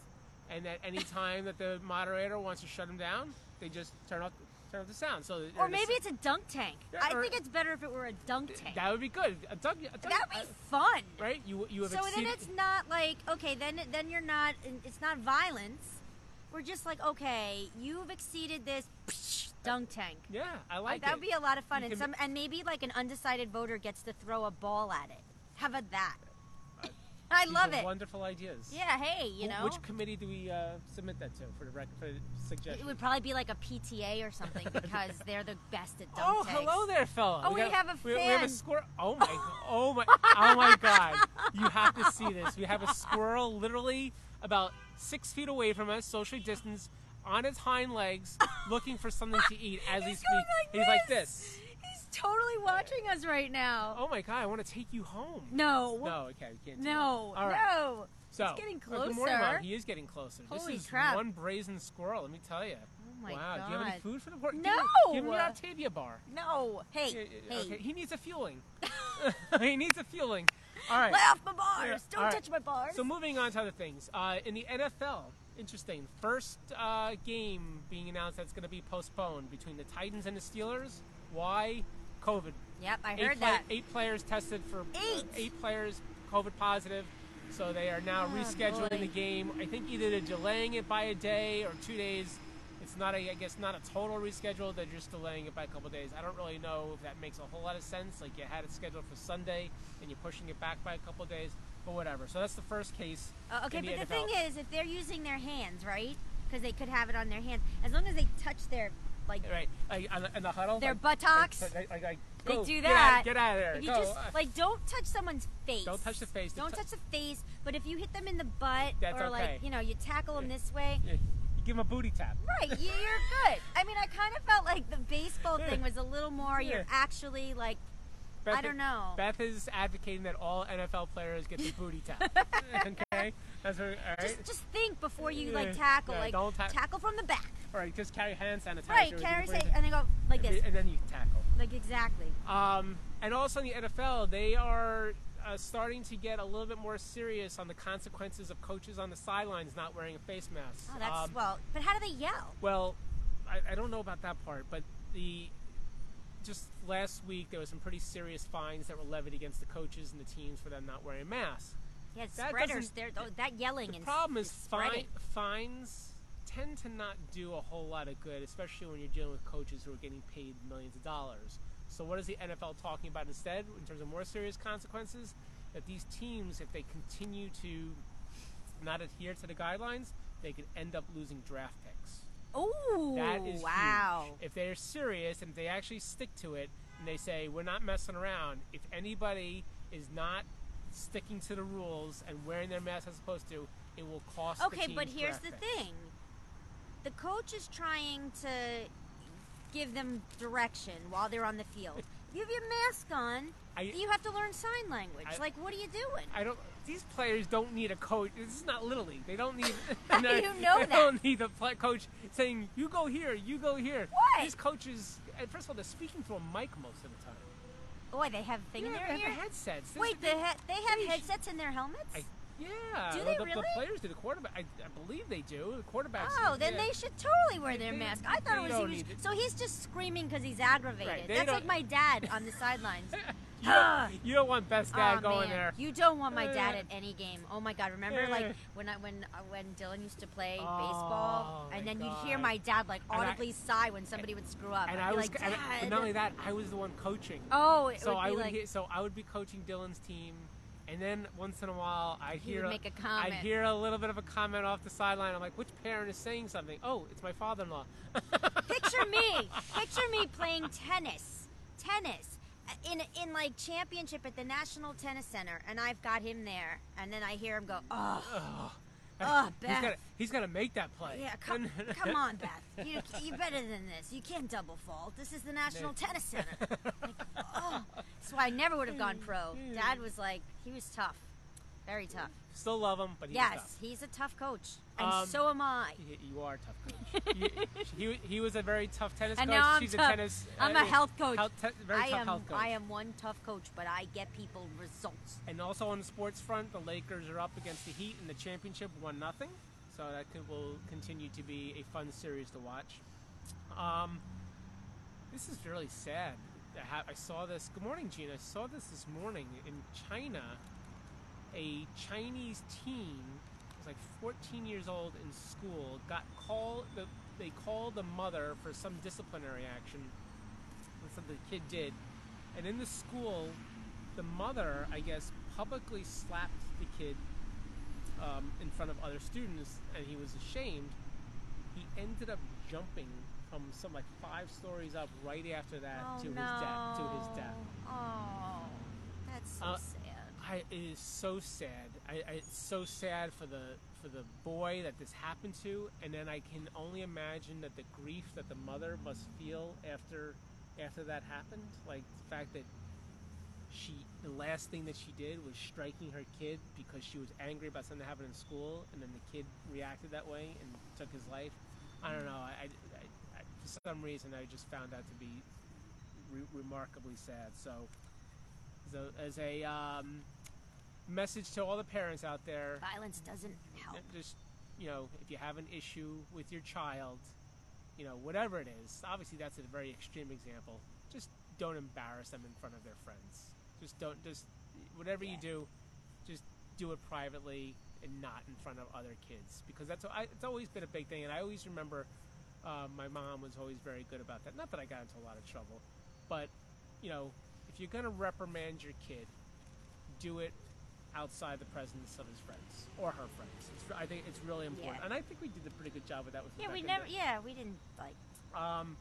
Speaker 1: and at
Speaker 2: *laughs*
Speaker 1: any time that the moderator wants to shut them down, they just turn off turn off the sound. So that-
Speaker 2: or maybe it's a dunk tank.
Speaker 1: Yeah,
Speaker 2: I
Speaker 1: or-
Speaker 2: think it's better if it were a dunk tank.
Speaker 1: that would be good. A dog, a dog,
Speaker 2: That'd be fun.
Speaker 1: right. You you have
Speaker 2: So
Speaker 1: exceeded,
Speaker 2: then it's not like okay, then it- then you're not. It's not violence. We're just like okay, you've exceeded this psh, dunk tank.
Speaker 1: yeah. I like
Speaker 2: that
Speaker 1: it.
Speaker 2: would be a lot of fun,
Speaker 1: You
Speaker 2: and
Speaker 1: can-
Speaker 2: some and maybe like an undecided voter gets to throw a ball at it. How about that? I
Speaker 1: These
Speaker 2: love
Speaker 1: are
Speaker 2: it.
Speaker 1: Wonderful ideas.
Speaker 2: Yeah, hey, you
Speaker 1: Wh-
Speaker 2: know.
Speaker 1: Which committee do we uh, submit that to for the rec- for the
Speaker 2: it
Speaker 1: suggestion?
Speaker 2: would probably be like a PTA or
Speaker 1: *laughs*
Speaker 2: something because they're the best at dunk
Speaker 1: Oh,
Speaker 2: tanks.
Speaker 1: hello there, fella.
Speaker 2: Oh, we have a
Speaker 1: We, have a
Speaker 2: fan.
Speaker 1: squirrel.
Speaker 2: *laughs*
Speaker 1: Oh my! Oh my! Oh my God! You have to see this. We have a squirrel literally about six feet away from us, socially distanced, on its hind legs, looking for something to eat as we
Speaker 2: He's
Speaker 1: speak.
Speaker 2: going like
Speaker 1: He's like
Speaker 2: this.
Speaker 1: this.
Speaker 2: He's totally watching us right now.
Speaker 1: Oh my God! I want to take you home.
Speaker 2: No.
Speaker 1: No. Okay. We can't. do
Speaker 2: No.
Speaker 1: that. All right.
Speaker 2: No.
Speaker 1: So
Speaker 2: It's getting
Speaker 1: Oh, good morning,
Speaker 2: closer.
Speaker 1: Mom. He is getting closer.
Speaker 2: Holy
Speaker 1: this is
Speaker 2: crap.
Speaker 1: one brazen squirrel. Let me tell you.
Speaker 2: Oh my
Speaker 1: wow.
Speaker 2: god.
Speaker 1: Do you have any food for the poor?
Speaker 2: No!
Speaker 1: Give him, give him your Octavia bar.
Speaker 2: No. Hey.
Speaker 1: Yeah, yeah,
Speaker 2: hey.
Speaker 1: Okay. He needs a fueling. *laughs* he needs a fueling. All right.
Speaker 2: Lay off my bars.
Speaker 1: Yeah,
Speaker 2: Don't
Speaker 1: alright.
Speaker 2: touch my bars.
Speaker 1: So moving on to other things. Uh, in the NFL, interesting. First uh, game being announced that's going to be postponed between the Titans and the Steelers. Why? COVID.
Speaker 2: yep, I
Speaker 1: Eight,
Speaker 2: heard
Speaker 1: play-
Speaker 2: that.
Speaker 1: eight players tested for uh,
Speaker 2: Eight?
Speaker 1: eight players COVID positive, so they are now
Speaker 2: Oh,
Speaker 1: rescheduling
Speaker 2: boy.
Speaker 1: the game. I think either they're delaying it by a day or two days. It's not a, I guess, not a total reschedule. They're just delaying it by a couple days. I don't really know if that makes a whole lot of sense. Like you had it scheduled for Sunday and you're pushing it back by a couple days, but whatever. So that's the first case.
Speaker 2: Uh, okay,
Speaker 1: in
Speaker 2: but the
Speaker 1: NFL.
Speaker 2: thing is, if they're using their hands, right? Because they could have it on their hands. As long as they touch their, like,
Speaker 1: right? Like, on the- in the huddle,
Speaker 2: their
Speaker 1: like-
Speaker 2: buttocks.
Speaker 1: like- like- like,
Speaker 2: They
Speaker 1: go,
Speaker 2: do
Speaker 1: get out-
Speaker 2: that.
Speaker 1: Get out, of there.
Speaker 2: If you
Speaker 1: go.
Speaker 2: just like don't touch someone's face.
Speaker 1: Don't touch the face.
Speaker 2: Don't
Speaker 1: Tou-
Speaker 2: touch the face. But if you hit them in the butt,
Speaker 1: That's
Speaker 2: or like
Speaker 1: okay.
Speaker 2: you know you tackle them
Speaker 1: Yeah.
Speaker 2: this way,
Speaker 1: Yeah, you give him a booty tap.
Speaker 2: right? you- You're good. I mean, I kind of felt like the baseball thing was a little more. You're
Speaker 1: Yeah.
Speaker 2: actually like
Speaker 1: Beth,
Speaker 2: I don't know.
Speaker 1: Beth is advocating that all NFL players
Speaker 2: *laughs*
Speaker 1: get the booty tap. okay, that's what, all right.
Speaker 2: just just think before you
Speaker 1: Yeah.
Speaker 2: like tackle.
Speaker 1: Yeah,
Speaker 2: like
Speaker 1: don't ta-
Speaker 2: tackle from the back.
Speaker 1: all right, just carry hand sanitizer.
Speaker 2: Right.
Speaker 1: with you
Speaker 2: Carry
Speaker 1: before you
Speaker 2: safe, and then go like
Speaker 1: tap-
Speaker 2: this.
Speaker 1: and then you tackle.
Speaker 2: Like exactly.
Speaker 1: Um, and also in the NFL, they are uh, starting to get a little bit more serious on the consequences of coaches on the sidelines not wearing a face mask.
Speaker 2: Oh, that's
Speaker 1: Um,
Speaker 2: well. But how do they yell?
Speaker 1: Well, I, I don't know about that part, but the just last week there was some pretty serious fines that were levied against the coaches and the teams for them not wearing masks.
Speaker 2: Yeah,
Speaker 1: that
Speaker 2: spreaders.
Speaker 1: doesn't-
Speaker 2: There. Oh, that yelling.
Speaker 1: The
Speaker 2: and
Speaker 1: problem is fine,
Speaker 2: spreading.
Speaker 1: fines tend to not do a whole lot of good, especially when you're dealing with coaches who are getting paid millions of dollars. So what is the NFL talking about instead in terms of more serious consequences? That these teams, if they continue to not adhere to the guidelines, they could end up losing draft picks.
Speaker 2: Oh,
Speaker 1: That is
Speaker 2: wow.
Speaker 1: huge. If they're serious and if they actually stick to it and they say we're not messing around, if anybody is not sticking to the rules and wearing their mask as supposed to, it will cost. the
Speaker 2: Okay, but
Speaker 1: team's
Speaker 2: here's
Speaker 1: draft
Speaker 2: the
Speaker 1: pick.
Speaker 2: thing. The coach is trying to give them direction while they're on the
Speaker 1: *laughs*
Speaker 2: field. If you have your mask on,
Speaker 1: I-
Speaker 2: you have to learn sign language.
Speaker 1: I-
Speaker 2: like, what are you doing?
Speaker 1: I don't. These players don't need a coach. This is not little league. They don't
Speaker 2: *laughs*
Speaker 1: need. *laughs*
Speaker 2: How do
Speaker 1: they-
Speaker 2: you know
Speaker 1: they
Speaker 2: that?
Speaker 1: don't need the play- coach saying you go here, you go here.
Speaker 2: Why?
Speaker 1: These coaches, and first of all, they're speaking through a mic most of the time.
Speaker 2: Boy, they have a thing in
Speaker 1: yeah,
Speaker 2: their
Speaker 1: they have
Speaker 2: ear.
Speaker 1: the headsets. This is
Speaker 2: Wait,
Speaker 1: the
Speaker 2: they, ha- they have
Speaker 1: Sheesh.
Speaker 2: headsets in their helmets?
Speaker 1: I, yeah.
Speaker 2: Do
Speaker 1: well,
Speaker 2: they
Speaker 1: the,
Speaker 2: really?
Speaker 1: the players do. The quarterback. I, I believe they do. The quarterbacks.
Speaker 2: oh, then
Speaker 1: yeah.
Speaker 2: they should totally wear
Speaker 1: They-
Speaker 2: their
Speaker 1: they-
Speaker 2: mask. I thought
Speaker 1: they
Speaker 2: it was
Speaker 1: don't
Speaker 2: he was-
Speaker 1: need it.
Speaker 2: So he's just screaming because he's aggravated.
Speaker 1: Right, they
Speaker 2: That's like
Speaker 1: don't-
Speaker 2: my dad on
Speaker 1: *laughs*
Speaker 2: the sidelines.
Speaker 1: You don't,
Speaker 2: *sighs*
Speaker 1: you don't want best dad
Speaker 2: Aw,
Speaker 1: going
Speaker 2: Oh, man.
Speaker 1: there.
Speaker 2: You don't want my
Speaker 1: Uh.
Speaker 2: dad at any game. Oh my god! Remember,
Speaker 1: Uh.
Speaker 2: like when I when uh, when Dylan used to play
Speaker 1: Oh,
Speaker 2: baseball,
Speaker 1: my
Speaker 2: and then you'd hear
Speaker 1: God.
Speaker 2: my dad like
Speaker 1: And I-
Speaker 2: audibly sigh when somebody would screw up.
Speaker 1: And
Speaker 2: I'd
Speaker 1: I
Speaker 2: be
Speaker 1: was,
Speaker 2: like,
Speaker 1: and,
Speaker 2: dad.
Speaker 1: and not only that, I was the one coaching.
Speaker 2: oh, it
Speaker 1: so
Speaker 2: would
Speaker 1: I
Speaker 2: be
Speaker 1: would,
Speaker 2: like
Speaker 1: *laughs* hear- so I would be coaching Dylan's team, and then once in a while I
Speaker 2: He would
Speaker 1: hear,
Speaker 2: make a comment.
Speaker 1: I hear a little bit of a comment off the sideline. I'm like, which parent is saying something? Oh, it's my father-in-law. *laughs*
Speaker 2: picture me, picture me playing tennis, tennis. uh, In, in like championship at the National Tennis Center, and I've got him there, and then I hear him go, "Oh,
Speaker 1: oh,
Speaker 2: Oh,
Speaker 1: *laughs* he's
Speaker 2: Beth.
Speaker 1: gotta, he's gotta make that play. *laughs*
Speaker 2: yeah, come, come on, Beth, you you better than this. You can't double fault. This is the National Tennis Center." oh, that's why I never would have gone
Speaker 1: Hmm,
Speaker 2: pro. Dad was like, he was tough, very tough.
Speaker 1: *laughs* Still love him, but he's
Speaker 2: yes,
Speaker 1: tough.
Speaker 2: he's a tough coach, and
Speaker 1: Um,
Speaker 2: so am I.
Speaker 1: Y- You are a tough coach. you, he, he was a very tough tennis
Speaker 2: And
Speaker 1: coach.
Speaker 2: now I'm
Speaker 1: She's
Speaker 2: tough.
Speaker 1: a tennis.
Speaker 2: I'm
Speaker 1: uh,
Speaker 2: a health coach.
Speaker 1: health te- very
Speaker 2: I
Speaker 1: tough
Speaker 2: am,
Speaker 1: health coach.
Speaker 2: I am one tough coach, but I get people results.
Speaker 1: And also on the sports front, the Lakers are up against the Heat in the championship, one nothing. So that could, will continue to be a fun series to watch. Um, this is really sad. I, ha- I saw this. Good morning, Gina. I saw this this morning in China. A Chinese teen was like 14 years old in school. Got called. The, they called the mother for some disciplinary action. That's what the kid did. And in the school, the mother, I guess, publicly slapped the kid um, in front of other students, and he was ashamed. He ended up jumping from some like five stories up right after that
Speaker 2: oh,
Speaker 1: to
Speaker 2: no.
Speaker 1: his death. To his death.
Speaker 2: Oh, that's so
Speaker 1: Uh,
Speaker 2: sad.
Speaker 1: I, it is so sad. I, I, it's so sad for the for the boy that this happened to, and then I can only imagine that the grief that the mother must feel after after that happened. Like the fact that she the last thing that she did was striking her kid because she was angry about something that happened in school, and then the kid reacted that way and took his life. I don't know. I, I, I, I for some reason I just found that to be re- remarkably sad. So. So as a um, message to all the parents out there,
Speaker 2: Violence doesn't help.
Speaker 1: just you know, if you have an issue with your child, you know, whatever it is, obviously that's a very extreme example. Just don't embarrass them in front of their friends. Just don't just whatever you do, just do it privately and not in front of other kids because that's I, it's always been a big thing, and I always remember uh, my mom was always very good about that. Not that I got into a lot of trouble, but you know, if you're gonna reprimand your kid, do it outside the presence of his friends or her friends. It's, I think it's really important,
Speaker 2: Yeah.
Speaker 1: and I think we did a pretty good job with that. With
Speaker 2: Yeah, we never.
Speaker 1: Rebecca and
Speaker 2: Yeah, we didn't like.
Speaker 1: Doug. Um,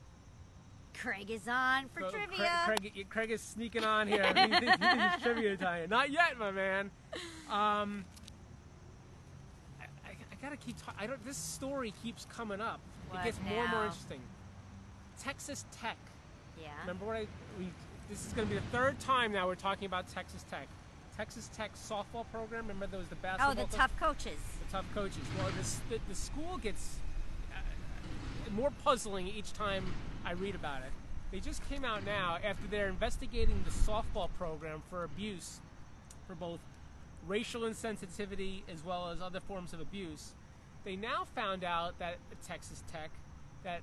Speaker 2: Craig is on for
Speaker 1: so Cra-
Speaker 2: trivia.
Speaker 1: Craig, Craig, is sneaking on here. he thinks he thinks it's trivia time. Not yet, my man. Um, I, I, I gotta keep. Ta- I don't. This story keeps coming up.
Speaker 2: What
Speaker 1: it gets more and more
Speaker 2: now?
Speaker 1: interesting. Texas Tech.
Speaker 2: yeah.
Speaker 1: Remember what I? We, this is gonna be the third time now we're talking about Texas Tech. Texas Tech softball program. Remember there was the basketball.
Speaker 2: Oh, the
Speaker 1: co-
Speaker 2: tough coaches.
Speaker 1: the tough coaches. Well, this, the, the school gets uh, more puzzling each time I read about it. They just came out now after they're investigating the softball program for abuse for both racial insensitivity as well as other forms of abuse. They now found out that at Texas Tech that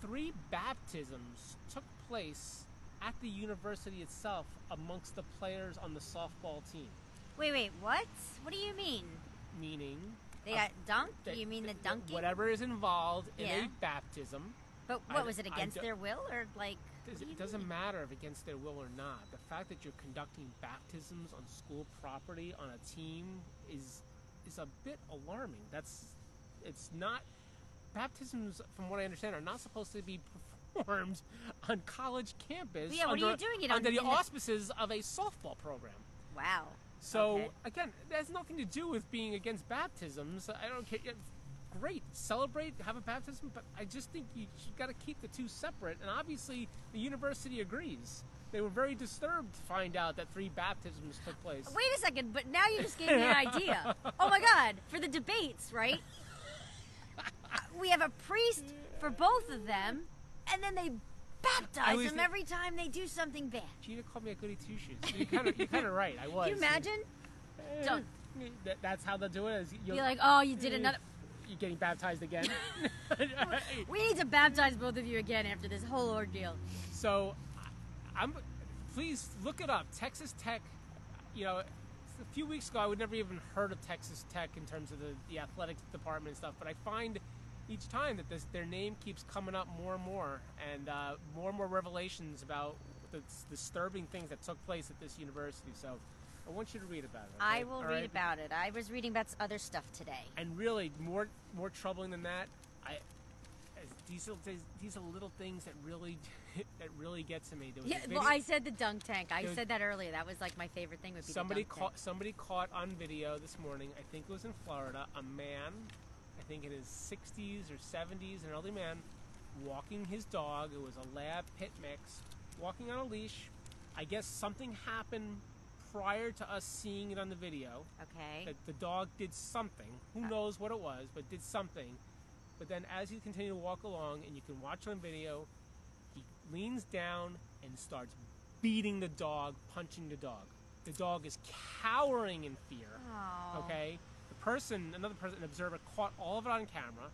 Speaker 1: three baptisms took place at the university itself amongst the players on the softball team.
Speaker 2: Wait, wait, what? What do you mean?
Speaker 1: Meaning
Speaker 2: They
Speaker 1: a
Speaker 2: got dunked?
Speaker 1: that-
Speaker 2: you mean the
Speaker 1: that- that
Speaker 2: dunking?
Speaker 1: Whatever is involved in
Speaker 2: Yeah.
Speaker 1: a baptism,
Speaker 2: But
Speaker 1: I
Speaker 2: what
Speaker 1: d-
Speaker 2: was it
Speaker 1: I
Speaker 2: against
Speaker 1: don't-
Speaker 2: their will or like? what
Speaker 1: does,
Speaker 2: do you
Speaker 1: it doesn't
Speaker 2: mean?
Speaker 1: matter if against their will or not. The fact that you're conducting baptisms on school property on a team is is a bit alarming. That's it's not baptisms, from what I understand, are not supposed to be performed *laughs* on college campus.
Speaker 2: Yeah, what are
Speaker 1: under-
Speaker 2: you doing it on-
Speaker 1: under the
Speaker 2: in the-
Speaker 1: auspices of a softball program?
Speaker 2: Wow.
Speaker 1: So
Speaker 2: Okay.
Speaker 1: again, that has nothing to do with being against baptisms. I don't care. yeah, Great, celebrate, have a baptism, but I just think you got to keep the two separate. And obviously, the university agrees. They were very disturbed to find out that three baptisms took place.
Speaker 2: Wait a second, but now you just gave
Speaker 1: *laughs*
Speaker 2: me an idea. Oh my god, for the debates, right? Uh, we have a priest for both of them, and then they
Speaker 1: I
Speaker 2: baptize
Speaker 1: was-
Speaker 2: them every time they do something bad.
Speaker 1: Gina called me a goody two shoes. You're kind of, you're kind of right. I was.
Speaker 2: Can *laughs* you imagine?
Speaker 1: Eh,
Speaker 2: Done.
Speaker 1: that- that's how they'll do it. Is you'll,
Speaker 2: Be like, oh, you did
Speaker 1: eh,
Speaker 2: another.
Speaker 1: You're getting
Speaker 2: *laughs*
Speaker 1: baptized again. *laughs*
Speaker 2: We need to baptize both of you again after this whole ordeal.
Speaker 1: So, I- I'm. Please look it up. Texas Tech. You know, a few weeks ago I would never even heard of Texas Tech in terms of the, the athletics department and stuff. But I find each time that this, their name keeps coming up more and more, and uh, more and more revelations about the disturbing things that took place at this university. So, I want you to read about it.
Speaker 2: I
Speaker 1: okay?
Speaker 2: will
Speaker 1: All
Speaker 2: read
Speaker 1: right?
Speaker 2: about it. I was reading about s- other stuff today.
Speaker 1: and really more more troubling than that i as these little things- these are little things that really *laughs* that really get to me there was a
Speaker 2: Yeah,
Speaker 1: video,
Speaker 2: well, I said the dunk tank. I
Speaker 1: There was-
Speaker 2: said that earlier. That was like my favorite thing. Would be
Speaker 1: somebody
Speaker 2: the dunk
Speaker 1: caught
Speaker 2: Tank.
Speaker 1: somebody caught on video this morning i think it was in florida a man i think in his 60s or 70s an elderly man walking his dog it was a lab pit mix walking on a leash i guess something happened prior to us seeing it on the video
Speaker 2: Okay.
Speaker 1: that the dog did something. Who knows what it was, but did something. But then, as you continue to walk along, and you can watch on video, he leans down and starts beating the dog, punching the dog. The dog is cowering in fear.
Speaker 2: Aw.
Speaker 1: Okay. The person, another person, an observer, caught all of it on camera,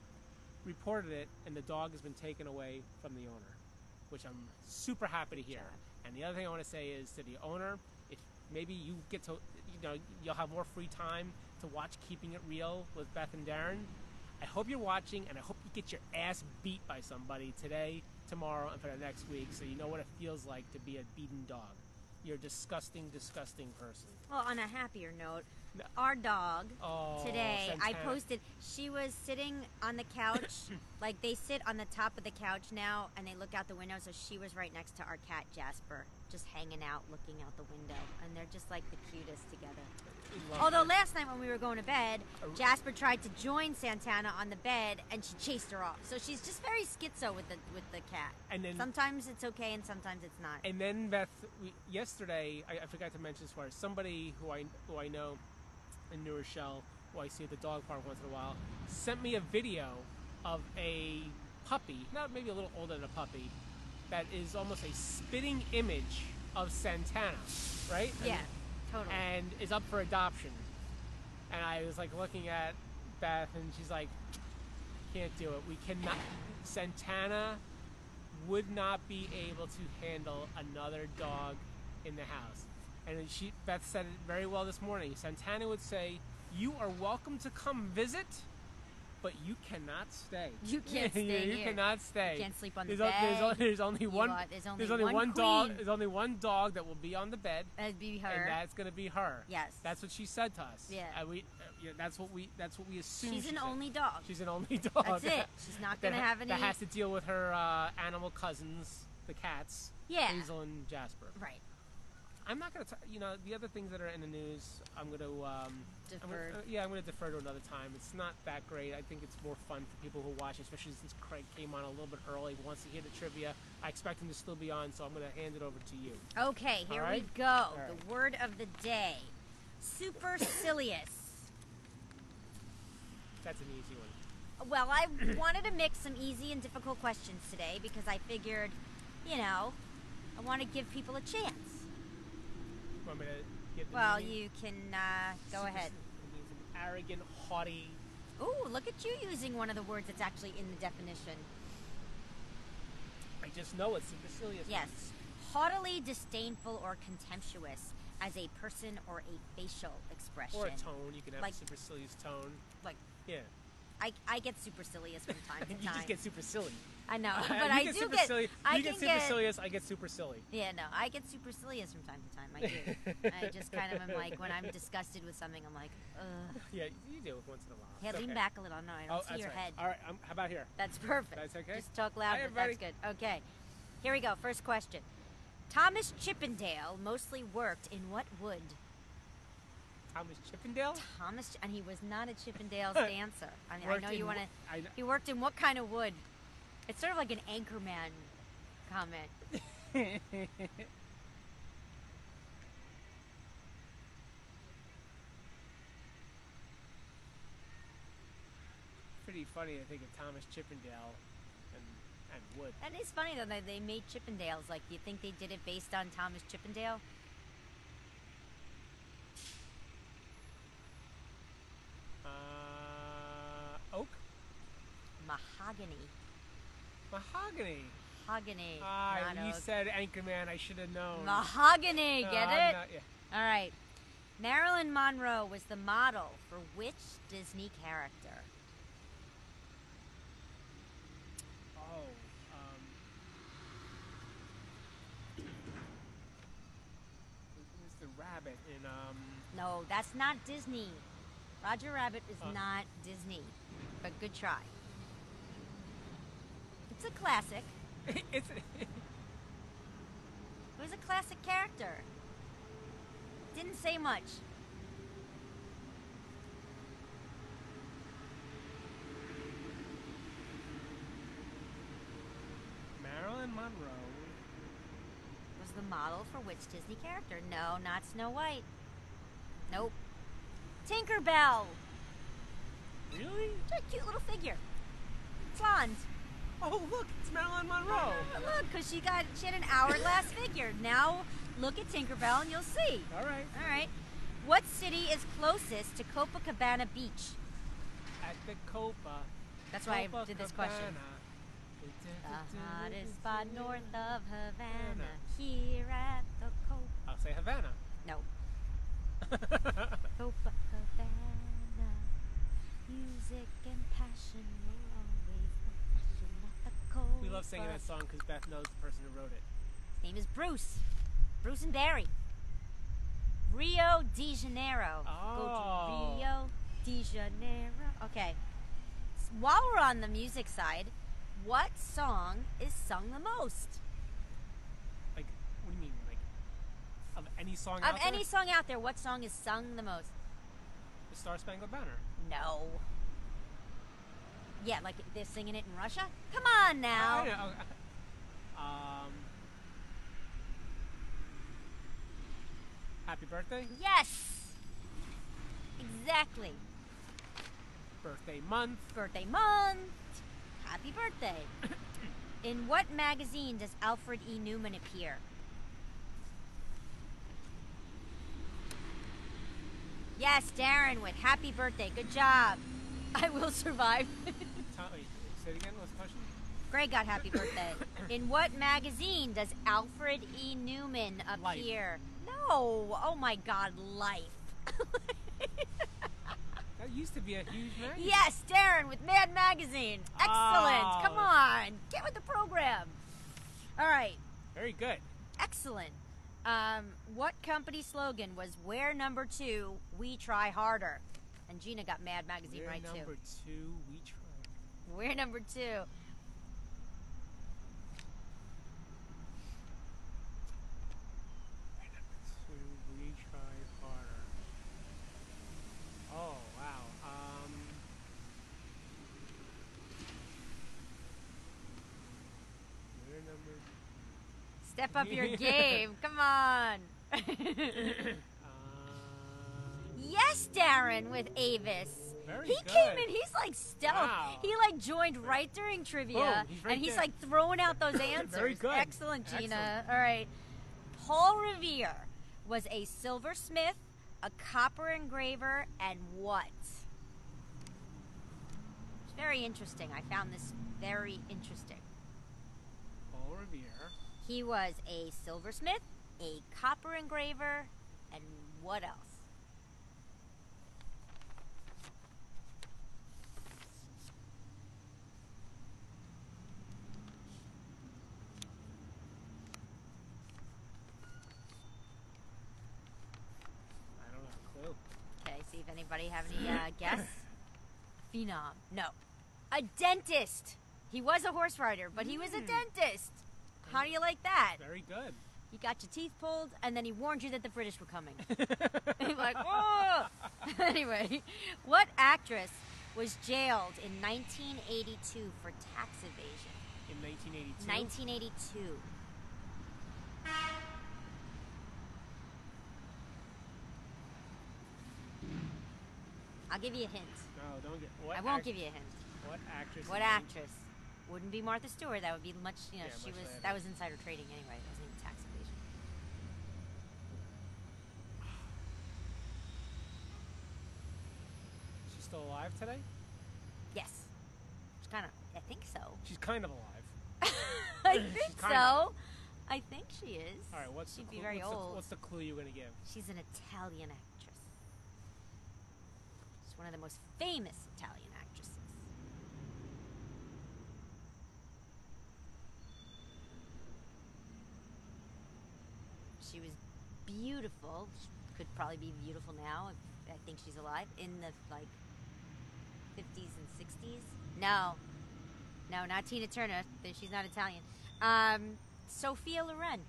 Speaker 1: reported it, and the dog has been taken away from the owner, which I'm super happy to hear. And the other thing I want to say is to the owner, if maybe you get to, you know, you'll have more free time to watch Keeping It Real with Beth and Darren. I hope you're watching, and I hope you get your ass beat by somebody today, tomorrow, and for the next week, so you know what it feels like to be a beaten dog. You're a disgusting, disgusting person.
Speaker 2: Well, on a happier note,
Speaker 1: No.
Speaker 2: our dog
Speaker 1: Oh,
Speaker 2: today, I
Speaker 1: Santana.
Speaker 2: posted, she was sitting on the couch.
Speaker 1: *coughs*
Speaker 2: like they sit on the top of the couch now and they look out the window. So she was right next to our cat, Jasper, just hanging out, looking out the window. And they're just like the cutest together.
Speaker 1: We love
Speaker 2: Although
Speaker 1: her.
Speaker 2: last night when we were going to bed,
Speaker 1: Uh,
Speaker 2: Jasper tried to join Santana on the bed and she chased her off. So she's just very schizo with the with the cat.
Speaker 1: And then-
Speaker 2: sometimes it's okay and sometimes it's not.
Speaker 1: And then Beth, we, yesterday I, I forgot to mention this for somebody who I who I know in New Rochelle, who I see at the dog park once in a while, sent me a video of a puppy, not maybe a little older than a puppy, that is almost a spitting image of Santana, right? And-
Speaker 2: yeah, totally.
Speaker 1: and is up for adoption. And I was like looking at Beth, and she's like, "Can't do it. We cannot. *laughs* Santana would not be able to handle another dog in the house." And then she, Beth said it very well this morning. Santana would say, "You are welcome to come visit." But you cannot stay.
Speaker 2: You can't stay
Speaker 1: *laughs* you
Speaker 2: here.
Speaker 1: cannot stay.
Speaker 2: can't sleep on the
Speaker 1: There's o- there's o-
Speaker 2: bed.
Speaker 1: there's only
Speaker 2: You
Speaker 1: one.
Speaker 2: are- there's only one
Speaker 1: dog.
Speaker 2: queen.
Speaker 1: There's only one dog that will be on the bed.
Speaker 2: That'd be her.
Speaker 1: And that's gonna be her.
Speaker 2: Yes.
Speaker 1: That's what she said to us.
Speaker 2: Yeah.
Speaker 1: And we, uh, yeah, that's what we, that's what we assume.
Speaker 2: She's
Speaker 1: she
Speaker 2: an
Speaker 1: said.
Speaker 2: only dog.
Speaker 1: She's an only *laughs* dog.
Speaker 2: That's it. She's
Speaker 1: *laughs*
Speaker 2: not
Speaker 1: that,
Speaker 2: gonna have any.
Speaker 1: That has to deal with her uh, animal cousins, the cats.
Speaker 2: Yeah.
Speaker 1: Hazel and Jasper.
Speaker 2: *laughs* Right.
Speaker 1: I'm not gonna, t- you know, the other things that are in the news. I'm gonna, um, I'm gonna-
Speaker 2: Defer.
Speaker 1: uh, yeah, I'm gonna defer to another time. It's not that great. I think it's more fun for people who watch, especially since Craig came on a little bit early. Wants to hear the trivia. I expect him to still be on, so I'm gonna hand it over to you.
Speaker 2: Okay, here we
Speaker 1: right?
Speaker 2: go.
Speaker 1: right.
Speaker 2: The word of the day: supercilious.
Speaker 1: That's an easy one.
Speaker 2: Well,
Speaker 1: *clears throat*
Speaker 2: I wanted to mix some easy and difficult questions today because I figured, you know, I want to give people a chance.
Speaker 1: Want me to get the
Speaker 2: Well,
Speaker 1: meaning?
Speaker 2: you can uh, go ahead.
Speaker 1: It means an arrogant, haughty.
Speaker 2: Ooh, look at you using one of the words that's actually in the definition.
Speaker 1: I just know it's supercilious.
Speaker 2: Yes. Haughtily disdainful or contemptuous as a person or a facial expression.
Speaker 1: Or a tone. You can have
Speaker 2: Like-
Speaker 1: a supercilious tone.
Speaker 2: Like,
Speaker 1: Yeah.
Speaker 2: I, I get supercilious from
Speaker 1: *laughs*
Speaker 2: time to
Speaker 1: you
Speaker 2: time.
Speaker 1: just get super silly.
Speaker 2: I know,
Speaker 1: Uh,
Speaker 2: *laughs* but
Speaker 1: *laughs* you
Speaker 2: I
Speaker 1: get
Speaker 2: do
Speaker 1: super
Speaker 2: get.
Speaker 1: silly.
Speaker 2: I
Speaker 1: you
Speaker 2: can
Speaker 1: get supercilious. I get super silly.
Speaker 2: Yeah, no, I get supercilious from time to time. I do. I just kind of am like when I'm disgusted with something, I'm like, ugh.
Speaker 1: *laughs* Yeah, you do it once in a while.
Speaker 2: Hey,
Speaker 1: It's
Speaker 2: lean
Speaker 1: okay.
Speaker 2: back a little. No, I don't
Speaker 1: Oh,
Speaker 2: see
Speaker 1: that's
Speaker 2: your
Speaker 1: right.
Speaker 2: head.
Speaker 1: All right. I'm, how about here?
Speaker 2: That's perfect.
Speaker 1: That's okay?
Speaker 2: Just talk loud,
Speaker 1: Hi,
Speaker 2: but that's good. Okay, here we go. First question. Thomas Chippendale mostly worked in what wood?
Speaker 1: Thomas Chippendale.
Speaker 2: Thomas, and he was not a
Speaker 1: *laughs*
Speaker 2: Chippendales dancer. I, mean, I
Speaker 1: Worked
Speaker 2: know you
Speaker 1: in
Speaker 2: want
Speaker 1: wo- I
Speaker 2: to.
Speaker 1: kn-
Speaker 2: He worked in what kind of wood? It's sort of like an anchorman comment.
Speaker 1: *laughs* Pretty funny to think of Thomas Chippendale and and Wood.
Speaker 2: That is funny though. That they made Chippendales. Like, do you think they did it based on Thomas Chippendale?
Speaker 1: Uh, oak,
Speaker 2: Mahogany.
Speaker 1: mahogany.
Speaker 2: Mahogany.
Speaker 1: Ah,
Speaker 2: not
Speaker 1: you
Speaker 2: oak.
Speaker 1: said Anchorman. I should have known.
Speaker 2: Mahogany.
Speaker 1: No,
Speaker 2: Get
Speaker 1: I'm
Speaker 2: it?
Speaker 1: not- yeah.
Speaker 2: All right. Marilyn Monroe was the model for which Disney character?
Speaker 1: Oh, um, who's the rabbit in um? *laughs*
Speaker 2: No, that's not Disney. Roger Rabbit is
Speaker 1: Huh.
Speaker 2: not Disney, but good try. It's a classic.
Speaker 1: it's
Speaker 2: It was a classic character. Didn't say much.
Speaker 1: Marilyn Monroe.
Speaker 2: Was the model for which Disney character? No, not Snow White. Nope. Tinkerbell.
Speaker 1: Really?
Speaker 2: What a cute little figure. Blonde.
Speaker 1: Oh, look, it's Marilyn Monroe.
Speaker 2: But Look, because she got she had an hourglass figure. Now look at Tinkerbell and you'll see.
Speaker 1: All right,
Speaker 2: All right. What city is closest to Copacabana Beach?
Speaker 1: at the Copa.
Speaker 2: That's why I did this question. The hottest spot north of Havana, here at the Copa.
Speaker 1: I'll say Havana.
Speaker 2: No, Copacabana. Music and passion will always be passion at the
Speaker 1: *laughs* we love singing
Speaker 2: Copa.
Speaker 1: that song because Beth knows the person who wrote it.
Speaker 2: His name is Bruce. Bruce and Dairy. Rio de Janeiro.
Speaker 1: Oh.
Speaker 2: Go to Rio de Janeiro. Okay. S- While we're on the music side, what song is sung the most?
Speaker 1: Like, what do you mean? Like, of any song
Speaker 2: Of
Speaker 1: out
Speaker 2: any
Speaker 1: there?
Speaker 2: song out there, what song is sung the most?
Speaker 1: The Star Spangled Banner.
Speaker 2: No. Yeah, like they're singing it in Russia? Come on now.
Speaker 1: I know. *laughs* Um, happy birthday,
Speaker 2: Yes. Exactly.
Speaker 1: birthday month.
Speaker 2: Birthday month. Happy birthday. *coughs* In what magazine does Alfred E. Newman appear? Yes, Darren with happy birthday. Good job. *laughs* I will survive. *laughs*
Speaker 1: Tom, wait, say it again. What's the question?
Speaker 2: Greg got happy birthday. In what magazine does Alfred E. Newman
Speaker 1: Life.
Speaker 2: appear? No. Oh my god, life. *laughs*
Speaker 1: That used to be a huge magazine.
Speaker 2: Yes, Darren with Mad Magazine. Excellent.
Speaker 1: Oh.
Speaker 2: Come on. Get with the program. All right.
Speaker 1: Very good.
Speaker 2: Excellent. Um, what company slogan was "We're number two, we try harder"? And Gina got Mad Magazine
Speaker 1: We're
Speaker 2: right
Speaker 1: number
Speaker 2: *laughs* too.
Speaker 1: two. We try.
Speaker 2: We're number two.
Speaker 1: to retry harder. Oh wow. Um, we're number.
Speaker 2: Step up your game. Come
Speaker 1: *laughs*
Speaker 2: on. *laughs*
Speaker 1: *clears throat* Um,
Speaker 2: yes, Darren with Avis.
Speaker 1: uh, very
Speaker 2: He
Speaker 1: good.
Speaker 2: came in. He's like stealth.
Speaker 1: Wow.
Speaker 2: He like joined right during trivia,
Speaker 1: Boom, he's right
Speaker 2: and he's
Speaker 1: there.
Speaker 2: like throwing out those answers.
Speaker 1: *laughs* Very good.
Speaker 2: Excellent, Gina.
Speaker 1: Excellent.
Speaker 2: All right. Paul Revere was a silversmith, a copper engraver, and what? It's very interesting. I found this very interesting.
Speaker 1: Paul Revere.
Speaker 2: He was a silversmith, a copper engraver, and what else?
Speaker 1: I don't have a clue.
Speaker 2: Okay, see if anybody have any uh, *coughs* guess. Phenom. No. A dentist. He was a horse rider, but he was a dentist. How do you like that?
Speaker 1: Very
Speaker 2: *laughs*
Speaker 1: good.
Speaker 2: He got your teeth pulled, and then he warned you that the British were coming. *laughs* He's like, oh! *laughs* anyway, what actress was jailed in 1982 for tax evasion?
Speaker 1: In 1982.
Speaker 2: 1982. I'll give you a hint.
Speaker 1: No, don't get. What
Speaker 2: I won't
Speaker 1: act-
Speaker 2: give you a hint.
Speaker 1: What actress?
Speaker 2: What
Speaker 1: in nineteen-
Speaker 2: actress? Wouldn't be Martha Stewart. That would be much. You know,
Speaker 1: Yeah,
Speaker 2: she
Speaker 1: much
Speaker 2: was.
Speaker 1: later.
Speaker 2: That was insider trading anyway. It wasn't even tax evasion.
Speaker 1: She's still alive today.
Speaker 2: Yes. It's kind of. I think so. *laughs*
Speaker 1: She's kind of alive.
Speaker 2: I
Speaker 1: She's
Speaker 2: think
Speaker 1: kind
Speaker 2: so. I think she is.
Speaker 1: All right. What's
Speaker 2: She'd
Speaker 1: the
Speaker 2: be
Speaker 1: clue?
Speaker 2: very
Speaker 1: what's,
Speaker 2: old.
Speaker 1: The, what's the clue you're gonna give?
Speaker 2: She's an Italian actress. She's one of the most famous Italian actresses. She was beautiful. She could probably be beautiful now. If I think she's alive in the like 50s and 60s. No, no, not Tina Turner. th- She's not Italian. Um, Sophia Loren.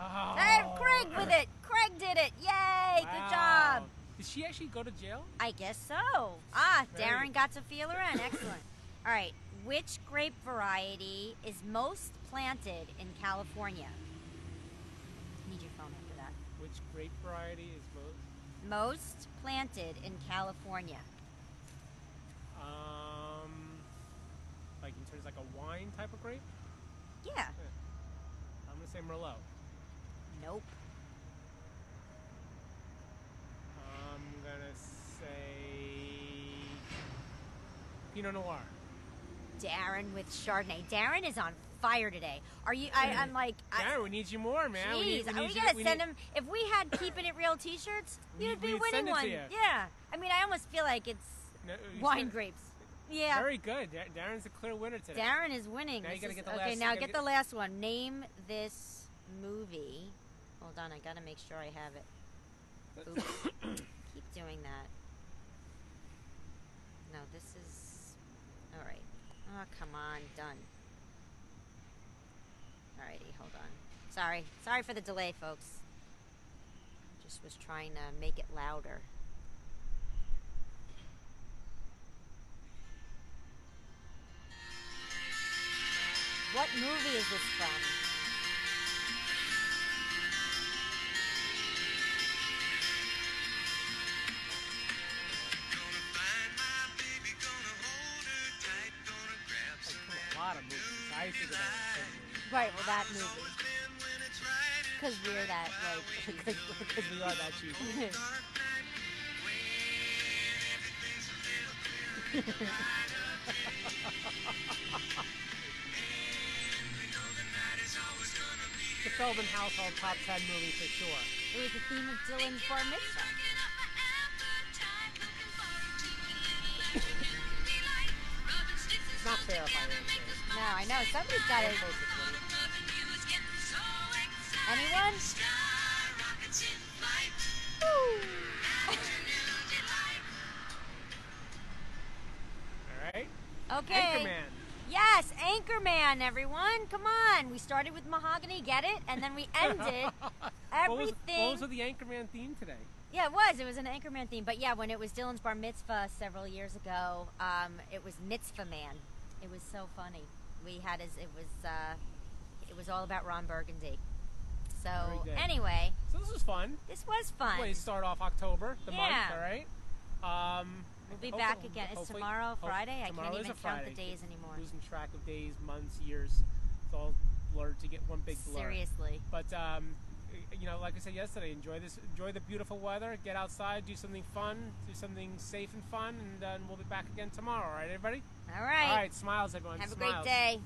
Speaker 1: Oh.
Speaker 2: And Craig with it. Craig did it. Yay! Good job.
Speaker 1: Wow. Did she actually go to jail?
Speaker 2: I guess so. Ah,
Speaker 1: Very-
Speaker 2: Darren got to feel around.
Speaker 1: *laughs*
Speaker 2: Excellent. All right. Which grape variety is most planted in California? Need your phone after that.
Speaker 1: Which grape variety is most?
Speaker 2: Most planted in California.
Speaker 1: Um, like in terms of like a wine type of grape.
Speaker 2: Yeah.
Speaker 1: I'm gonna say Merlot.
Speaker 2: Nope.
Speaker 1: I'm gonna say Pinot Noir.
Speaker 2: Darren with Chardonnay. Darren is on fire today. Are you? I, I'm like. I,
Speaker 1: Darren, we need you more, man. we need,
Speaker 2: Jeez,
Speaker 1: we
Speaker 2: are
Speaker 1: need
Speaker 2: we
Speaker 1: you,
Speaker 2: gonna
Speaker 1: we
Speaker 2: send
Speaker 1: need-
Speaker 2: him? If we had "Keeping It Real"
Speaker 1: *clears throat*
Speaker 2: T-shirts,
Speaker 1: We-
Speaker 2: you'd be
Speaker 1: we'd
Speaker 2: winning
Speaker 1: send it to
Speaker 2: one.
Speaker 1: you.
Speaker 2: Yeah, I mean, I almost feel like it's
Speaker 1: No, you
Speaker 2: wine
Speaker 1: said-
Speaker 2: grapes. Yeah,
Speaker 1: Very good. Dar- Darren's a clear winner today.
Speaker 2: Darren is winning.
Speaker 1: Now you
Speaker 2: This
Speaker 1: gotta
Speaker 2: is-
Speaker 1: get the
Speaker 2: okay,
Speaker 1: last-
Speaker 2: now
Speaker 1: you gotta
Speaker 2: get
Speaker 1: get-
Speaker 2: the last one. Name this movie. Hold on, I gotta make sure I have it. Oops. *coughs*
Speaker 1: *laughs*
Speaker 2: Keep doing that. No, this is. Alright. Oh, come on. Done. Alrighty, hold on. Sorry. Sorry for the delay, folks. Just was trying to make it louder. What movie is this from?
Speaker 3: Gonna find my baby, gonna hold her tight, gonna grab
Speaker 1: Like,
Speaker 3: some
Speaker 1: from a lot of movies. I used to go back
Speaker 2: Right, well, that movie.
Speaker 3: then when it's right, it's
Speaker 2: Because we're that, like, *laughs*
Speaker 1: to because we are that cheap.
Speaker 3: dark night. When everything's a little clearer, light of day. And we know the night is always gonna be
Speaker 1: The Feldman household top ten movie for sure.
Speaker 2: it was the theme of Dylan's Bar Mitzvah.
Speaker 1: It's not fair if I answer.
Speaker 2: No, I know. Somebody's got it. Anyone?
Speaker 1: All right.
Speaker 2: Okay.
Speaker 1: Anchorman.
Speaker 2: Yes, Anchorman, everyone. Come on. We started with Mahogany, get it? And then
Speaker 1: *laughs*
Speaker 2: we ended.
Speaker 1: What was,
Speaker 2: Everything-
Speaker 1: what was with the Anchorman theme today?
Speaker 2: yeah, it was. It was an Anchorman theme. But yeah, when it was Dylan's Bar Mitzvah several years ago, um, it was Mitzvah Man. It was so funny. We had his, it was, uh, it was all about Ron Burgundy. So
Speaker 1: Very good.
Speaker 2: anyway,
Speaker 1: So this was fun.
Speaker 2: this was fun.
Speaker 1: Way to start off October, the
Speaker 2: Yeah.
Speaker 1: month. All right. Um,
Speaker 2: We'll be
Speaker 1: hopefully-
Speaker 2: back again. It's
Speaker 1: hopefully-
Speaker 2: tomorrow,
Speaker 1: hope-
Speaker 2: Friday. I
Speaker 1: tomorrow
Speaker 2: can't
Speaker 1: is
Speaker 2: even
Speaker 1: a
Speaker 2: count the
Speaker 1: Friday.
Speaker 2: days anymore.
Speaker 1: Losing track of days, months, years. It's all blurred to get one big blur.
Speaker 2: Seriously.
Speaker 1: But um, you know, like I said yesterday, enjoy this. Enjoy the beautiful weather. Get outside. Do something fun. Do something safe and fun. And, uh, and we'll be back again tomorrow. All right, everybody.
Speaker 2: All right.
Speaker 1: All right. Smiles, everyone.
Speaker 2: Have a
Speaker 1: smiles.
Speaker 2: great day.